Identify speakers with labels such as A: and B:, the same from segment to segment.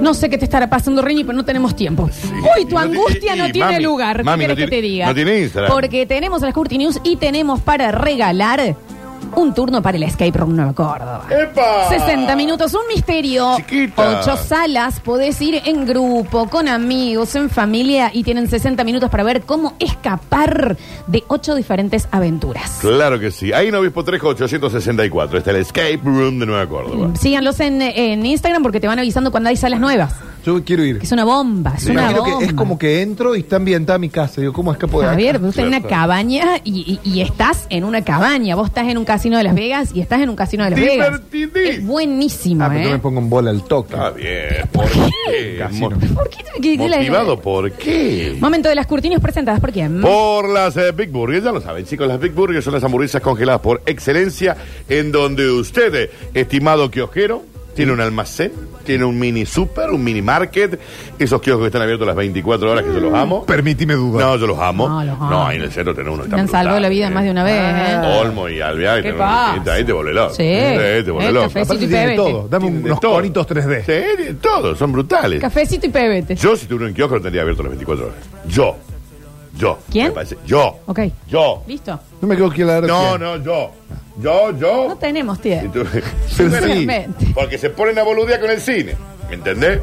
A: no sé qué te estará pasando, Reñi, pero no tenemos tiempo. Uy, tu
B: No ti-
A: angustia
B: y-
A: no
B: y,
A: tiene
B: mami,
A: lugar. ¿Qué
B: mami,
A: querés
B: no tiene-
A: que te diga?
B: no tiene Instagram.
A: Porque tenemos las Curti News y tenemos para regalar un turno para el Escape Room Nueva Córdoba.
B: ¡Epa!
A: 60 minutos, un misterio.
B: Chiquita.
A: Ocho salas, podés ir en grupo, con amigos, en familia y tienen 60 minutos para ver cómo escapar de ocho diferentes aventuras.
B: Claro que sí. Ahí en Obispo Trejo 864. Está Este el Escape Room de Nueva Córdoba.
A: Síganlos en, en Instagram porque te van avisando cuando hay salas nuevas.
C: Yo quiero ir.
A: Que es una bomba, es
C: Me
A: una
C: imagino
A: bomba.
C: que es como que entro y está ambientada mi casa. Digo, ¿cómo escapo
B: Pues
C: de acá?
A: Javier, vos tenés una
B: Claro.
A: cabaña y, y- y estás en una cabaña. Vos estás en un casino de Las Vegas y estás en un casino de Las Vegas.
B: Divertidísimo.
A: Es buenísimo,
C: Ah, pero yo
A: ¿eh?
C: me pongo en bola al toque.
B: Está bien. ¿Por qué?
C: Casino.
B: Mo-
A: ¿Por qué? qué- qué la-
B: ¿Motivado por qué?
A: Momento de las cortinas presentadas por quién.
B: Por las eh, Big Burgers, ya lo saben, chicos, las Big Burgers son las hamburguesas congeladas por excelencia, en donde usted, eh, estimado kiosquero, tiene un almacén, tiene un mini super, un mini market, esos kioscos que están abiertos las 24 horas, que yo los amo.
C: Permíteme dudar.
B: No, yo los amo.
A: No,
B: No,
A: los amo.
B: ahí en el centro tenés uno.
A: Me han salvado la vida más de una vez, ¿eh?
B: Olmo y Alvear,
A: ¿Qué
B: tenés una
A: pasa?
B: tiendita, ahí te vuelve loco.
A: Sí.
B: te vuelve
A: Eh,
B: loco.
A: café.
C: Aparte
A: Sí, sí,
C: tiene
A: sí,
C: todo.
A: sí.
C: Dame
B: Tienen de
C: unos
B: todo.
C: conitos 3D.
B: Sí, de todo, son brutales.
A: Cafecito y pebete.
B: Yo, si tuviera un kiosco, lo tendría abierto las 24 horas. Yo. Yo.
A: ¿Quién?
B: Me parece- Yo.
A: Ok.
B: Yo.
A: ¿Listo?
C: No me quedo aquí a la hora
B: No,
C: que-
B: no, yo. Yo, yo.
A: No tenemos tiempo.
B: Tú-
C: Pero
B: Bueno,
C: sí.
B: Porque se ponen a boludear con el cine. ¿Me entendés?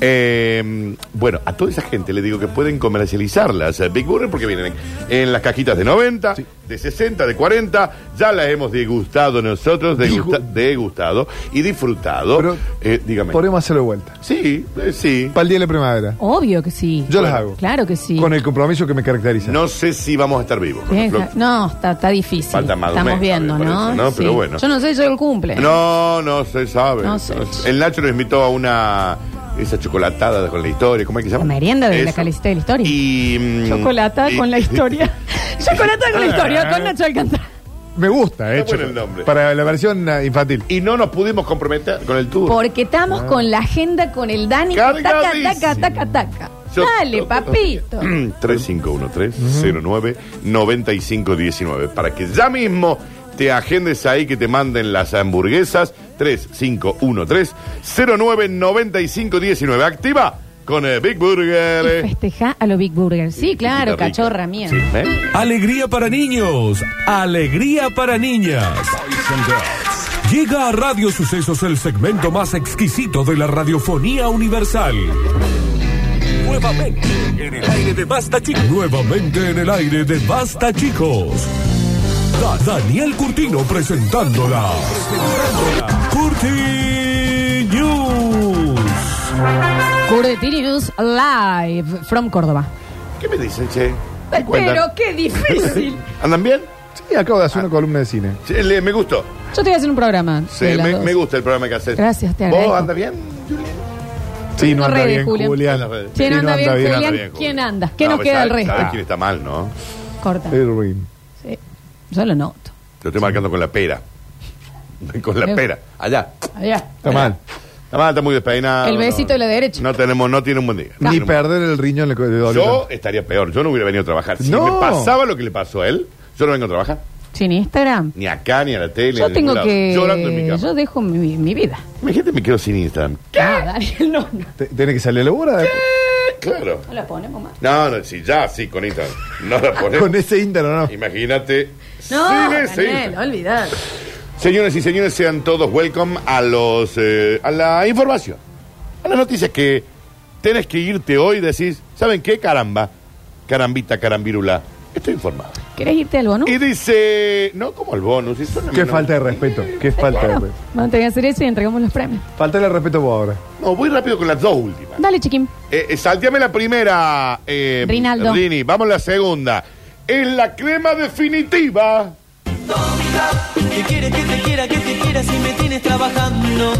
B: Eh, bueno, a toda esa gente le digo que pueden comercializarlas eh, Big Burger porque vienen en, en las cajitas de 90, de 60, de 40. Ya las hemos degustado nosotros, degusta-
C: Digo-
B: degustado y disfrutado.
C: Pero-
B: Eh, dígame.
C: Podemos hacerlo de vuelta.
B: Sí, eh, sí.
C: Para el día de la primavera.
A: Obvio que sí.
C: Yo las hago.
A: Claro que sí.
C: Con el compromiso que me caracteriza.
B: No sé si vamos a estar vivos. con
A: Bien,
B: el
A: ja-
B: flo-
A: no, está, está difícil.
B: Falta más de un
A: Estamos
B: mes,
A: viendo,
B: me
A: ¿no?
B: parece, ¿no? Pero bueno.
A: Yo no sé, yo el cumple.
B: No, no se sabe.
A: No sé.
B: El Nacho nos invitó a una. Esa chocolatada con la historia, ¿cómo es que se llama?
A: La merienda de la
B: Eso.
A: calecita de la historia.
B: Y. mm,
A: Chocolata
B: y-
A: con la historia. Chocolata con la
B: Ah.
A: historia, con Nacho Alcántara.
C: Me gusta, eh.
B: Está bueno
C: chico.
B: el nombre.
C: Para la versión eh, infantil.
B: Y no nos pudimos comprometer con el tour.
A: Porque estamos con la agenda, con el Dani. Taca,
B: Ah. Cargadísimo.
A: taca, taca, taca.
B: Yo-
A: Dale, papito.
B: 3513-09-9519. Para que ya mismo te agendes ahí que te manden las hamburguesas. 3513-09-9519. Activa con el Big Burger. eh.
A: Festeja a los Big Burger. Sí, claro,
B: Chiquita rica.
A: cachorra mía.
B: Sí, ¿eh?
D: Alegría para niños, alegría para niñas. Llega a Radio Sucesos el segmento más exquisito de la radiofonía universal. Nuevamente en el aire de Basta Chicos. Nuevamente en el aire de Basta Chicos. Da- Daniel Curtino presentándola. Curti News.
A: Curtinius Live from Córdoba.
B: ¿Qué me dicen, che? ¿Qué
A: Pero
B: cuentan?
A: qué difícil.
B: ¿Andan bien?
C: Sí, acabo de hacer una columna de cine.
B: Che, le- me gustó.
A: Yo te voy a hacer un programa.
B: Sí,
A: de las
B: me,
A: dos.
B: me gusta el programa que haces.
A: Gracias, te
B: ¿Vos
A: agradezco.
B: andas bien, Julián?
C: Sí, no anda
A: redes,
C: bien,
A: Julián.
C: Julián.
B: ¿Quién
C: Sí,
A: ¿Quién anda, bien, Julián?
B: Anda bien,
A: ¿Quién
B: Julián.
A: anda? ¿Qué nos
B: pues,
A: queda del
B: sabes-
A: resto?
B: Sabes quién está mal, ¿no?
A: Corta.
B: Eh.
C: Erwin.
A: Sí. Yo lo noto.
B: Lo estoy marcando con la pera. Con la
A: Me-
B: pera. Allá.
A: Allá.
C: Está mal.
B: Está mal, está muy despeinado.
A: El besito
B: no.
A: de la derecha.
B: No tenemos, no tiene un buen día. No
C: Ni
B: tiene un buen-
C: perder el riñón le co- le dolió
B: Yo
C: tanto.
B: estaría peor. Yo no hubiera venido a trabajar. Si
C: No.
B: me pasaba lo que le pasó a él, yo no vengo a trabajar.
A: Sin Instagram.
B: Ni acá, ni a la tele.
A: Yo
B: ni a
A: tengo
B: ningún lado.
A: que.
B: Llorando en mi cama.
A: Yo dejo mi, mi vida.
B: Imagínate, me quedo sin Instagram.
A: Ah, Daniel, no, no.
C: Te- Tiene que salir a la eh, hora.
B: Claro.
A: No la ponemos más.
B: No, no, sí, ya, sí, con Instagram. No la
C: Con
B: ponemos.
C: ese íntero, ¿no?
B: Imagínate.
A: No,
B: sin ese
A: Daniel,
B: Instagram.
A: olvidar.
B: Señoras y señores, sean todos welcome a los eh, a la información, a las noticias que tenés que irte hoy y decís, ¿saben qué? Caramba, carambita, carambirula, estoy informado.
A: ¿Querés irte al bono?
B: Y dice, no como el bonus, eso no-
C: Qué
B: no-
C: falta de respeto. Qué falta de
A: Claro.
C: respeto.
A: Vamos a tener que hacer eso y entregamos los premios.
C: Falta el respeto vos ahora.
B: No, voy rápido con las dos últimas.
A: Dale, chiquín.
B: Eh, eh, salteame la primera, eh,
A: Rinaldo.
B: Rini, vamos a la segunda. Es la crema definitiva.
E: Tonta, que quiere que te quiera, que te quiera si me tienes trabajando.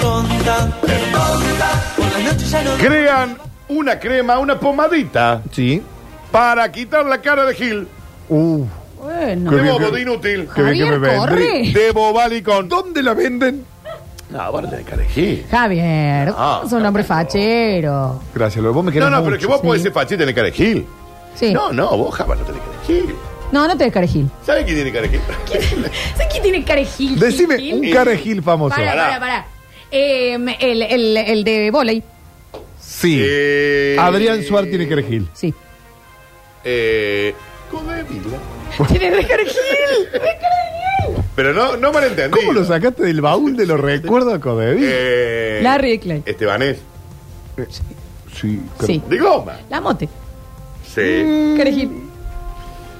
E: Tonta, tonta, por las noches ya no.
B: Crean una crema, una pomadita
C: Sí.
B: para quitar la cara de Gil.
C: Uh.
A: Bueno.
B: De
C: bien
B: bobo,
C: que-
B: de inútil.
C: qué bien que
A: Javier,
C: me ven.
A: corre.
B: De bobalicón.
C: ¿Dónde la venden?
B: No, ahora tenés cara de Gil.
A: Javier,
B: No,
A: sos un hombre fachero.
C: Gracias, lo vos me
B: No,
C: querés
B: no,
C: mucho.
B: pero que vos podés ser fachita y tenés cara de Gil.
A: Sí.
B: No, no, vos jamás no tenés cara de Gil.
A: No, no te des carejil.
B: ¿Sabes quién tiene cara de Gil?
A: ¿Sabes quién tiene carejil?
C: Decime un
B: Y-
C: cara de Gil famoso.
A: Para,
B: Pará.
A: para, para. Em, el, el, el de volei.
C: Sí.
B: Eh,
C: Adrián Suárez tiene que elegir. Gil.
A: Sí.
B: Eh, Codevila.
A: Tiene que elegir.
B: Pero no, no malentendí.
C: ¿Cómo lo sacaste del baúl de los recuerdos, Codevi?
B: Eh,
A: Larry y Clay.
B: Estebanés.
C: sí.
A: Sí.
B: De goma.
A: La mote.
C: Mm.
B: Sí.
A: Cara de Gil.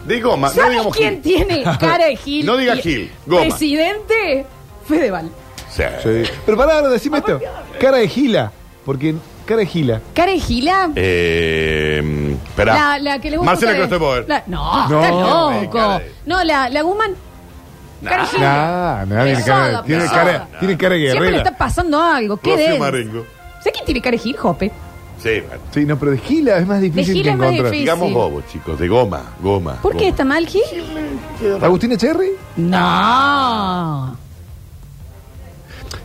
B: De goma. No
A: ¿Sabes
B: digamos
A: Mm. quién
B: Gil.
A: tiene cara de Gil?
B: No diga
A: y-
B: Gil, goma.
A: Presidente Fedeval.
B: Sí.
C: Sí. Pero pará, ahora decime esto. Cara de gila. Porque cara de gila.
A: ¿Cara de Gila?
B: Eh, espera.
A: La, la que le gusta.
B: Marcela
A: a ustedes.
B: Klosterboer.
A: La- No,
C: No,
A: está
C: no,
B: cara
A: loco.
B: de-
A: No, la, la Guzmán. Cara de Gil.
C: Nah, nah, tiene
A: Pesada,
C: cara, tiene
A: pesada.
C: cara, tiene cara
A: Siempre
C: de
A: le
C: guerrera.
A: está pasando algo. ¿Qué
B: Rocío
A: de?
B: Marengo.
A: ¿Sabes quién tiene cara de Gil, Jope?
B: Sí, bueno.
C: Sí, no, pero de gila es más difícil
A: gila
C: que
A: es más
C: encontrar.
A: difícil.
B: Digamos
A: sí.
B: bobo, chicos. De goma. Goma.
A: ¿Por qué
B: goma.
A: está mal Gil?
C: ¿Agustín Echerri?
A: No.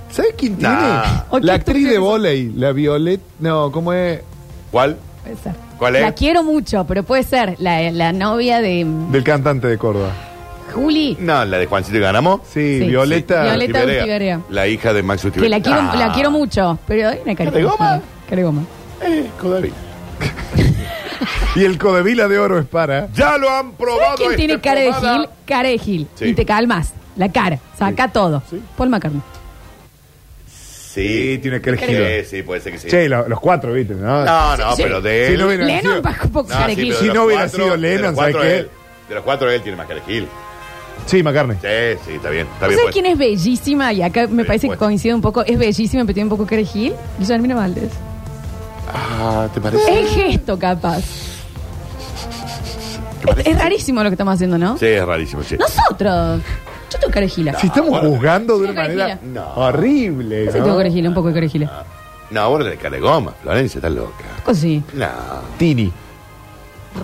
C: ¿Sabes quién tiene?
B: Nah.
A: Ay,
C: La
A: qué
C: actriz de
A: estupidez.
C: volei, la Violet. No, ¿cómo es?
B: ¿Cuál?
A: Puede ser.
B: ¿Cuál es?
A: La quiero mucho, pero puede ser la, la novia de mm,
C: Del cantante de Córdoba.
A: Juli.
B: No, la de Juancito y Ganamo.
C: Sí,
A: Sí.
C: Violeta.
A: Sí, Violeta
B: Tiberea.
A: Tiberea.
B: La hija de Max Ah.
A: Que
B: Utiberea.
A: la quiero, la quiero mucho, pero hay una cara
B: ¿Cara de goma?
A: Gil. Cara de goma.
B: Eh, Codevila.
C: Y el Codevila de Oro es para.
B: Ya lo han
A: ¿Sabes
B: probado.
A: quién
B: esta
A: tiene cara de
B: este pomada.
A: Gil? Cara de Gil.
B: Sí.
A: Y te calmas. La cara. Saca todo. Paul McCartney.
B: Sí,
C: tiene cara de
B: Sí,
C: Gil.
B: sí, puede ser que sí.
C: Che, lo- los cuatro, ¿viste? No,
B: No, no,
A: Sí.
B: pero de
C: Sí,
B: él.
C: lo hubiera
A: Lennon
C: sido-
A: bajo un poco cara de
B: sí,
A: Gil.
B: pero de
C: Si no
B: los
C: hubiera
B: cuatro-
C: sido
B: de los
C: Lennon,
B: cuatro
C: ¿sabes qué?
B: él- De los cuatro, él tiene más cara de Gil.
C: Sí, McCartney.
B: Sí, sí, está bien. Está
A: ¿No sabes
B: bien. pues.
A: quién es bellísima? Y acá me
B: Sí, pues.
A: parece que
B: bueno.
A: coincide un poco. Es bellísima, pero tiene un poco cara de Gil. Guillermina Valdés.
B: Ah, ¿te parece?
A: El gesto, capaz. Es, es rarísimo lo que estamos haciendo, ¿no?
B: Sí, es rarísimo, sí.
A: Nosotros. Yo tengo cara de Gila.
C: Si estamos
B: bueno.
C: juzgando
A: Sí,
C: de una
A: cara de
C: manera
B: gila. No.
C: horrible.
A: Sí,
C: ¿no?
A: tengo cara de Gila, un poco de cara de
B: Ah.
A: Gila.
B: No, ahora de cara de goma, Florencia, está loca.
A: Cosí.
B: No.
C: Tini.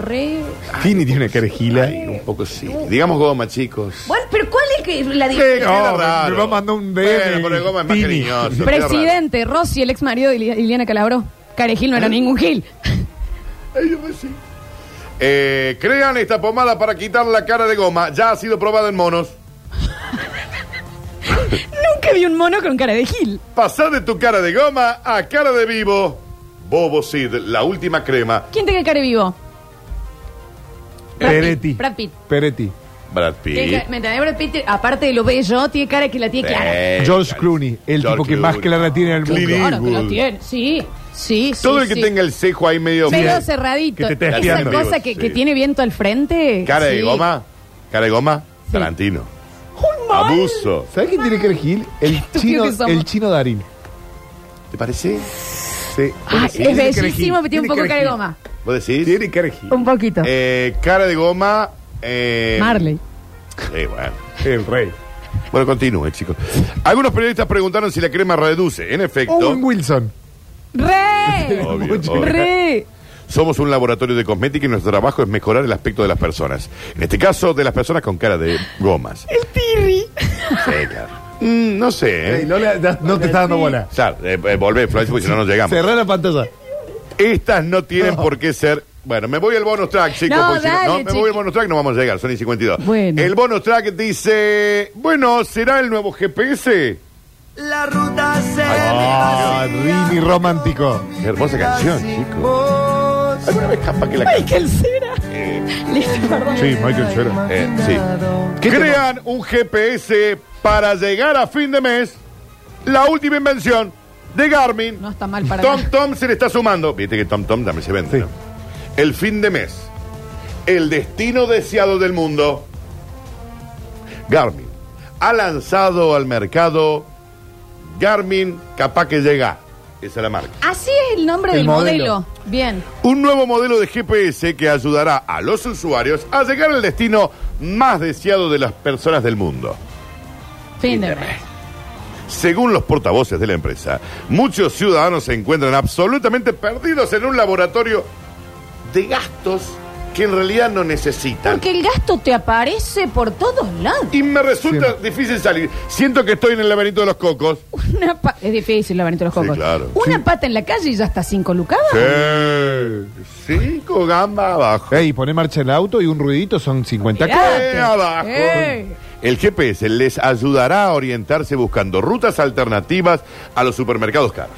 A: Re.
C: Tini tiene una cara de gila.
B: Ay, un poco sí. Digamos goma, chicos.
A: Bueno, pero ¿cuál es que la
B: Sí, que era
C: me-
B: raro.
C: me va a mandar un DM.
B: Bueno, pero el goma es más
C: Tini.
B: cariñoso. qué raro.
A: Presidente, Rossi, el ex marido de Ili- Iliana Calabro. Cara de Gil
B: ¿Eh?
A: no era ningún Gil.
B: Ay, yo me sí. Eh, crean esta pomada para quitar la cara de goma. Ya ha sido probada en monos.
A: Nunca vi un mono con cara de Gil.
B: Pasá de tu cara de goma a cara de vivo. Bobo Sid, la última crema.
A: ¿Quién tiene cara de vivo? Brad Pitt,
C: Peretti.
A: Brad Pitt.
C: Peretti.
B: Brad
A: Tiene
B: Pitt.
A: cara- ¿Me entendés? Brad Pitt, aparte de lo bello, tiene cara que la tiene clara.
B: Eh,
C: George
B: cara-
C: Clooney, el
B: George
C: tipo que más
B: Clooney.
C: clara tiene en el mundo.
B: Clint
A: Claro que lo
B: Eastwood.
A: tiene. Sí, sí, sí.
B: Todo el que
A: sí.
B: tenga el cejo ahí medio.
A: Medio
B: Bien.
A: cerradito.
C: que te esté
A: Esa
C: espiando.
A: cosa que,
B: Sí.
A: que tiene viento al frente.
B: Cara de
A: sí.
B: goma. Cara de goma. Tarantino.
A: ¡Un mal!
B: Abuso.
C: ¿Sabes quién tiene cara de gil? El chino,
A: que somos.
C: el chino Darín.
B: ¿Te parece?
C: Sí.
A: Ay,
C: Sí,
A: es
C: tiene cara de Gil,
A: bellísimo, pero tiene un poco cara de
C: Gil.
A: goma.
B: ¿Vos decís?
C: Tiene cara de gil.
A: Un poquito.
B: Eh, cara de goma. eh,
A: Marley.
B: Sí, bueno.
C: El rey.
B: Bueno, continúe, chicos. Algunos periodistas preguntaron si la crema reduce. En efecto,
C: Owen Wilson.
A: ¡Re!
B: Obvio,
C: Mucho.
B: obvio.
A: ¡Re!
B: somos un laboratorio de cosmética y nuestro trabajo es mejorar el aspecto de las personas. En este caso, de las personas con cara de gomas.
A: El pirri.
B: Sí, claro. Mm, no sé,
C: Ey,
B: ¿eh?
C: Lola, ya no te está dando bola.
B: Claro, eh, eh, volvé, Florencia, porque si no, no llegamos.
C: Cerrá la pantalla.
B: Estas no tienen por qué ser... Bueno, me voy al bonus track, chicos.
A: No,
B: porque si
A: dale,
B: no, me voy
A: chiqui.
B: al bonus track, no vamos a llegar, son y 52.
A: Bueno.
B: El bonus track dice... Bueno, ¿será el nuevo GPS?
E: La ruta se
C: Ah, Rini romántico.
B: Qué hermosa canción, chicos. ¿Alguna vez capaz que la can-
A: Michael Cera. Listo, perdón.
C: Sí, Michael Cera.
B: Eh, sí. Crean un GPS para llegar a fin de mes. La última invención de Garmin.
A: No está mal para
B: Tom
A: nada.
B: Tom se le está sumando. Viste que Tom Tom también se vende.
C: Sí.
B: ¿no? El fin de mes. El destino deseado del mundo. Garmin ha lanzado al mercado Garmin capaz que llega. Esa es la marca.
A: Así es el nombre
C: El
A: del modelo.
C: modelo.
A: Bien.
B: Un nuevo modelo de GPS que ayudará a los usuarios a llegar al destino más deseado de las personas del mundo.
A: Fin de mes.
B: Según los portavoces de la empresa, muchos ciudadanos se encuentran absolutamente perdidos en un laboratorio de gastos que en realidad no necesitan.
A: Porque el gasto te aparece por todos lados.
B: Y me resulta difícil salir. Siento que estoy en el laberinto de los cocos.
A: Una pa- es difícil laberinto de los
B: Sí,
A: cocos.
B: claro.
A: Una pata en la calle y ya está cinco lucadas.
B: Sí. Cinco gamba abajo.
C: Ey, poné marcha en el auto y un ruidito son 50
A: Mirá.
C: cosas.
B: Eh, abajo.
A: Eh.
B: El GPS les ayudará a orientarse buscando rutas alternativas a los supermercados caros.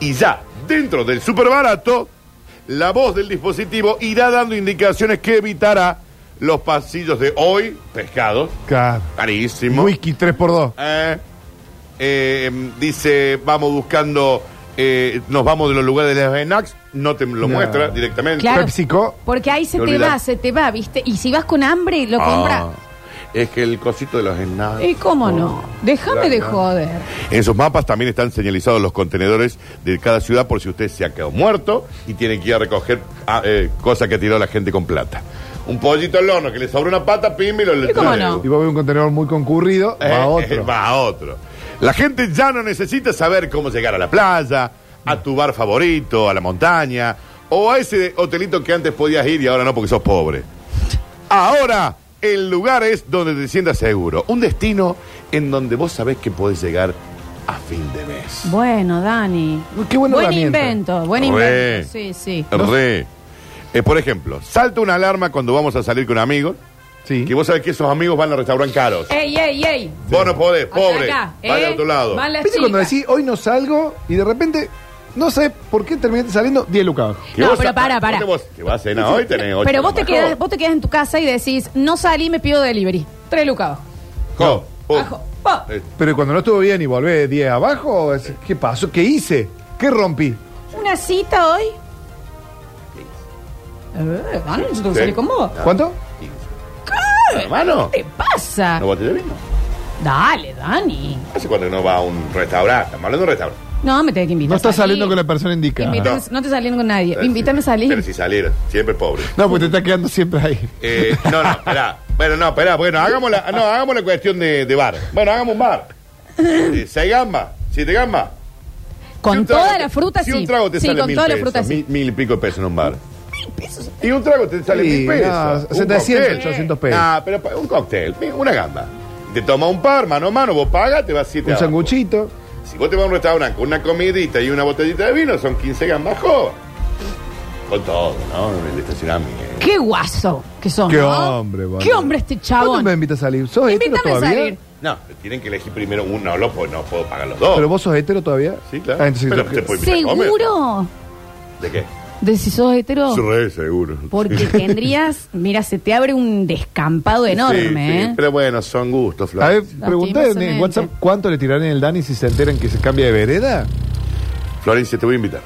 B: Y ya, dentro del superbarato, la voz del dispositivo irá dando indicaciones que evitará los pasillos de hoy, pescados,
C: Claro.
B: carísimo.
C: Whisky 3x2.
B: Eh, eh, dice, vamos buscando, eh, nos vamos de los lugares de las Benax, no te lo
C: No.
B: muestra directamente.
A: Claro.
C: PepsiCo.
A: Porque ahí se
B: Te
A: te
B: olvidás.
A: va, se te va, ¿viste? Y si vas con hambre, lo
B: Ah,
A: compras.
B: es que el cosito de los Benax.
A: ¿Y cómo no?
B: Ah.
A: Déjame de joder.
B: En esos mapas también están señalizados los contenedores de cada ciudad por si usted se ha quedado muerto y tiene que ir a recoger ah, eh, cosas que ha tirado la gente con plata. Un pollito al horno que le sobra una pata, pim, y lo
A: ¿Y cómo no?
C: Y vos ves un contenedor muy concurrido,
B: Eh,
C: va
B: eh,
C: otro.
B: va a otro. La gente ya no necesita saber cómo llegar a la playa,
C: Mm.
B: a tu bar favorito, a la montaña, o a ese hotelito que antes podías ir y ahora no porque sos pobre. Ahora, el lugar es donde te sientas seguro. Un destino en donde vos sabés que podés llegar a fin de mes.
A: Bueno, Dani.
C: Uy, qué buena
A: buen
C: herramienta.
A: invento, buen
B: Re.
A: invento. Sí, sí.
B: Re. Eh, por ejemplo, salta una alarma cuando vamos a salir con amigos,
C: Sí.
B: que vos sabés que esos amigos van a restaurar caros.
A: Ey, ey, ey.
B: Vos no podés,
A: Acá,
B: pobre.
A: acá,
B: Vaya
A: ¿eh?
B: a tu lado.
A: Van las
C: ¿Viste cuando
A: chicas.
C: decís, hoy no salgo y de repente, no sé por qué terminaste saliendo 10 lucas abajo?
B: Que
A: No,
B: vos-
A: pero para,
B: vos
A: para.
B: te- Vos, que vas a cenar hoy tenés ocho
A: Pero vos te,
B: lucas.
A: quedas, vos te quedas en tu casa y decís, no salí, me pido delivery. Tres lucados.
B: Jo, pum.
A: Ajo, pa.
B: Eh,
C: Pero cuando no estuvo bien y volvés 10 abajo, es- ¿qué pasó? ¿Qué hice? ¿Qué rompí?
A: ¿Una cita hoy? Eh, Dani, yo tengo que
B: Sí.
A: salir con vos.
C: ¿Cuánto?
B: Hermano,
A: ¿Qué te pasa?
B: Ah. ¿no botella de vino?
A: Dale, Dani.
B: Hace cuando no va a un restaurante. Estamos hablando de un restaurante.
A: No, me tenés que invitar.
C: No
A: a
C: estás
A: salir.
C: saliendo con la persona indicada.
A: Invítame- no.
B: No.
A: te saliendo con nadie.
B: Pero
A: Eh, Invítame a
B: si- Eh, Pero
A: salir.
B: si saliera, siempre pobre.
C: No, pues te estás quedando siempre ahí.
B: Eh, no, no, esperá. Bueno, no, esperá. Bueno, hagamos la, no, hagamos la cuestión de, de bar. Bueno, hagamos un bar. Eh, seis gambas, siete gambas.
A: Con
B: Si un trago
A: toda
B: te-
A: la fruta,
B: si
A: sí.
B: un trago te
A: sí,
B: sale
A: con
B: mil
A: toda la
B: pesos,
A: fruta, sí.
B: mil, mil y pico de pesos en un bar. Y un trago te sale
C: Sí,
B: mil pesos.
C: no,
B: Un
C: 700,
B: cóctel.
C: 800 pesos.
B: Ah, pero pa- un cóctel, mi- una gamba. Te toma un par, mano a mano, vos pagas, te vas siete
C: Un
B: abajo.
C: sanguchito.
B: Si vos te vas a un restaurante con una comidita y una botellita de vino, son 15 gambas joven. Con todo, ¿no? En el estacionamiento.
A: Qué guaso que son.
C: Qué
A: ¿no?
C: hombre, boludo.
A: Qué hombre este
C: ¿Cuándo
A: chabón.
C: me invitas a salir? ¿Sos hétero
A: Invítame a
C: todavía?
A: salir.
B: No, tienen que elegir primero uno, no, puedo- no puedo pagar los dos.
C: ¿Pero vos sos hétero todavía?
B: Sí, claro.
C: Ah, entonces
B: Pero
C: lo-
B: te puedo invitar a comer.
A: ¿Seguro?
B: ¿De qué?
A: De si sos hetero.
B: Re seguro.
A: Porque tendrías, mira, se te abre un descampado enorme,
B: Sí, sí,
A: ¿eh?
B: pero bueno, son gustos,
C: A
B: Flor.
C: ver, pregunté en- en
A: Lastimosamente.
C: WhatsApp cuánto le tirarán en el Dani si se enteran que se cambia de vereda.
B: Florencia, te voy a invitar.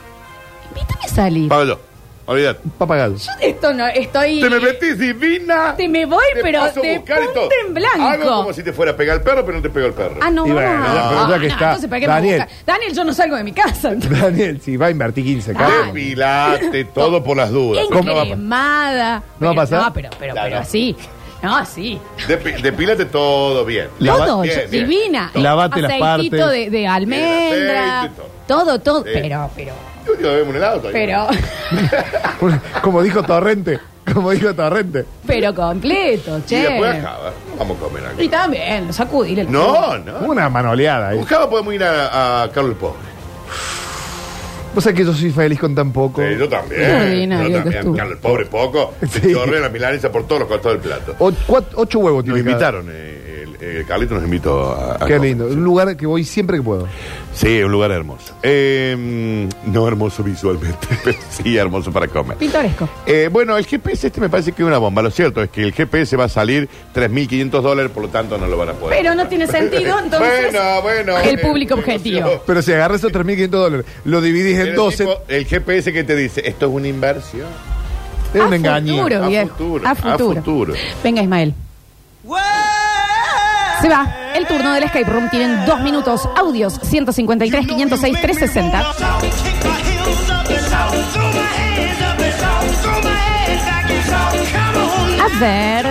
A: Invítame a salir.
B: Pablo, olvídate.
C: Papagado.
A: Yo de esto no estoy.
B: Te me metís divina.
A: Te me voy, pero
B: paso a
A: de
B: buscar y
A: punta
B: todo.
A: en blanco.
B: Hago como si te fuera a pegar el perro, pero no te pegó el perro.
A: Ah, no,
C: Y bueno,
A: vamos
C: ya,
A: a-
C: pero ya que
A: no,
C: está.
A: entonces, ¿para qué me
C: Daniel.
A: busca? Daniel, yo no salgo de mi casa.
C: Daniel, si va a invertir 15,
A: Ah,
C: cabrón.
B: Depilate, todo por las dudas.
C: ¿Cómo va a pasar?
A: Encremada.
C: ¿No va
A: Pero-
C: a pasar?
A: No, pero, pero,
B: Claro.
A: pero así. No, así.
B: Depi- depílate todo bien.
C: Lava-
A: todo,
B: bien,
A: yo-
B: bien.
A: divina.
B: Todo.
C: Lavate las
A: Aceitito
C: partes.
A: de, de almendra.
B: aceite,
A: todo, todo.
B: Sí.
A: Pero, pero,
B: Yo digo, bebemos un helado todavía.
A: pero,
C: Como dijo Torrente. Como dijo Torrente.
A: pero completo,
B: Y después
A: che.
B: acaba. Vamos a comer algo.
A: Y también, sacudir el
B: No, no.
C: Una manoleada ahí.
B: Con Java podemos ir a, a Carlos el Pobre.
C: Vos sabés que yo soy feliz con tan poco.
B: Sí,
A: Qué
B: yo también.
A: ordinario
B: Yo
A: que
B: también.
A: estuvo.
B: Carlos el Pobre poco. Se
C: Sí.
B: chorrea la milanesa por todos los costados del plato.
C: O- cuat- ocho huevos
B: Nos
C: tiene cada-
B: invitaron. Ah, eh, el, el Carlito nos invitó a. a
C: Qué
B: comer.
C: lindo. Un lugar que voy siempre que puedo.
B: Sí, un lugar hermoso. Eh, no hermoso visualmente, pero sí hermoso para comer.
A: Pintoresco.
B: Eh, bueno, el GPS este me parece que es una bomba. Lo cierto es que el GPS va a salir 3.500 dólares, por lo tanto no lo van a poder.
A: Pero no tiene sentido, entonces.
B: Bueno, bueno,
A: El
B: eh,
A: público
B: negocio.
A: objetivo.
C: Pero si agarras esos 3.500 dólares, lo dividís
B: Pero
C: en 12,
B: tipo, el GPS que te dice, esto es una inversión.
C: es
A: a
C: un engaño.
A: Futuro,
B: eh, A
A: viejo.
B: futuro,
A: a
B: a
A: futuro.
B: futuro.
A: Venga, Ismael. Se va. El turno del Skype Room. Tienen dos minutos. Audios 153, 506, 360. A ver.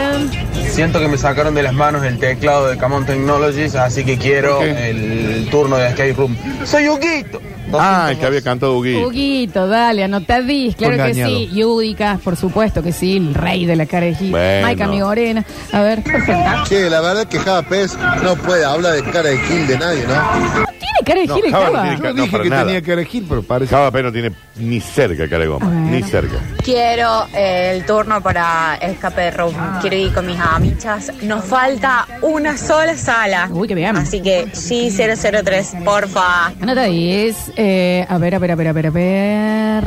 F: Siento que me sacaron de las manos el teclado de Camon Technologies, así que quiero el turno de Escape Room. ¡Soy Huguito!
B: Ah, el que había cantado Huguito.
A: Huguito, dale, anotadís, claro que
C: Engañado.
A: sí. Yudicas, por supuesto que sí, el rey de la carejita.
B: Bueno.
A: Maica Migorena. A ver, presenta.
G: Che, la verdad que Java Pez no puede hablar de cara de kill de nadie, ¿no?
A: No tiene cara de
B: No,
A: Gil el
B: Java no
A: Java?
B: tiene
C: Yo
B: No,
C: dije
B: para
C: que
B: nada.
C: tenía cara de Gil, pero parece.
B: Java P no tiene ni cerca cara de goma,
A: A ver.
B: ni cerca.
G: Quiero eh, el turno para escape de room.
A: Ah.
G: Quiero ir con mis amichas. Nos falta una sola sala.
A: Uy, qué bien.
G: Así que G003, porfa.
A: Anota 10. Eh, a ver, a ver, a ver, a ver, a ver.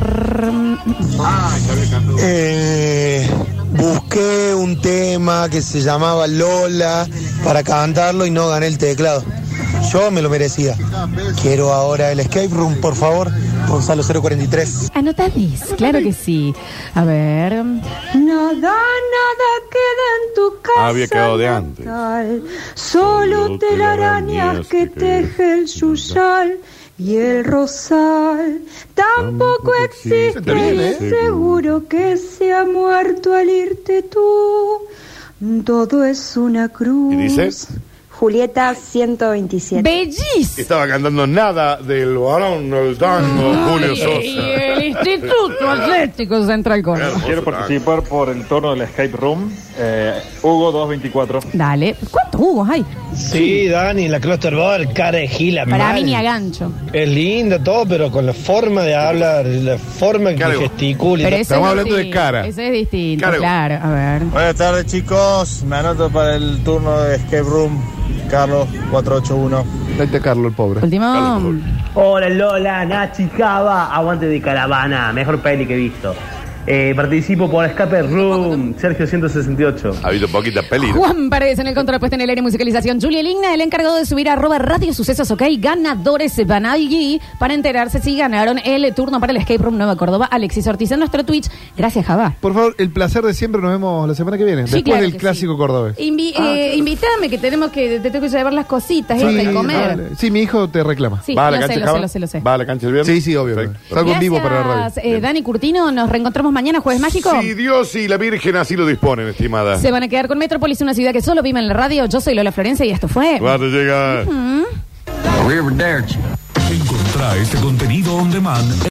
H: Eh, busqué un tema que se llamaba Lola para cantarlo y no gané el teclado. Yo me lo merecía. Quiero ahora el escape room, por favor. Gonzalo 043.
A: Anota 10, claro que sí. A ver.
I: Nada, nada queda en tu casa.
B: Había quedado de antes.
I: natal. Solo telarañas que teje el yuyal y el rosal. Tampoco existe,
B: Está bien, ¿eh?
I: y seguro que se ha muerto al irte tú. Todo es una cruz.
B: ¿Y dice?
I: Julieta 127.
A: Bellísimo.
B: Estaba cantando nada del varón del tango,
A: Y,
B: Julio
A: y
B: Sosa.
A: el Instituto Atlético Central Córdoba.
B: Quiero participar.
A: Dale. ¿Cuántos jugos hay?
J: Sí, Dani, la Cluster Bar, cara de gila.
A: Para
J: mal.
A: mí ni a gancho.
J: Es linda todo, pero con la forma de hablar, la forma que
B: Claro.
J: gesticula. y
A: Pero
J: todo.
A: eso
C: estamos
A: es
C: hablando de
A: distinto,
C: cara.
A: Eso es distinto,
B: Cara.
A: claro. A ver.
H: Buenas tardes chicos, me anoto para el turno de Escape Room, Carlos 481.
C: Date a Carlos, el pobre.
A: Último.
K: Hola Lola, Nachi Cava, aguante de caravana, mejor peli que he visto. Eh, participo por Escape Room, Sergio 168.
B: Ha habido poquita peli.
A: Juan Paredes en el control puesta en el aire musicalización. Julia Ligna, el encargado de subir arroba Radio Sucesos OK. Ganadores se van allí para enterarse si ganaron el turno para el Escape Room Nueva Córdoba. Alexis Ortiz en nuestro Twitch. Gracias, Java.
C: Por favor, el placer de siempre, nos vemos la semana que viene.
A: Sí,
C: después
A: claro
C: del
A: que
C: clásico
A: sí.
C: cordobés. Ah,
A: Invi- eh, invítame que tenemos que, te tengo que llevar las cositas
C: Sí,
A: y comer.
C: dale. Sí, mi hijo te reclama.
A: Sí,
B: ¿Va a
A: lo
B: la
A: sé,
B: cancha
A: lo
B: Java?
A: sé, lo sé, lo sé.
B: ¿Va a la cancha el viernes?
C: Sí, sí, obvio.
B: Perfecto.
C: Salgo en vivo para la
A: Gracias,
C: radio.
A: eh, Dani Curtino. Nos reencontramos mañana, jueves mágico.
B: Si Dios y la Virgen así lo disponen, estimada.
A: Se van a quedar con Metrópolis, una ciudad que solo vive en la radio. Yo soy Lola Florencia y esto fue.
B: Cuando llega...
D: Encontrá este contenido on demand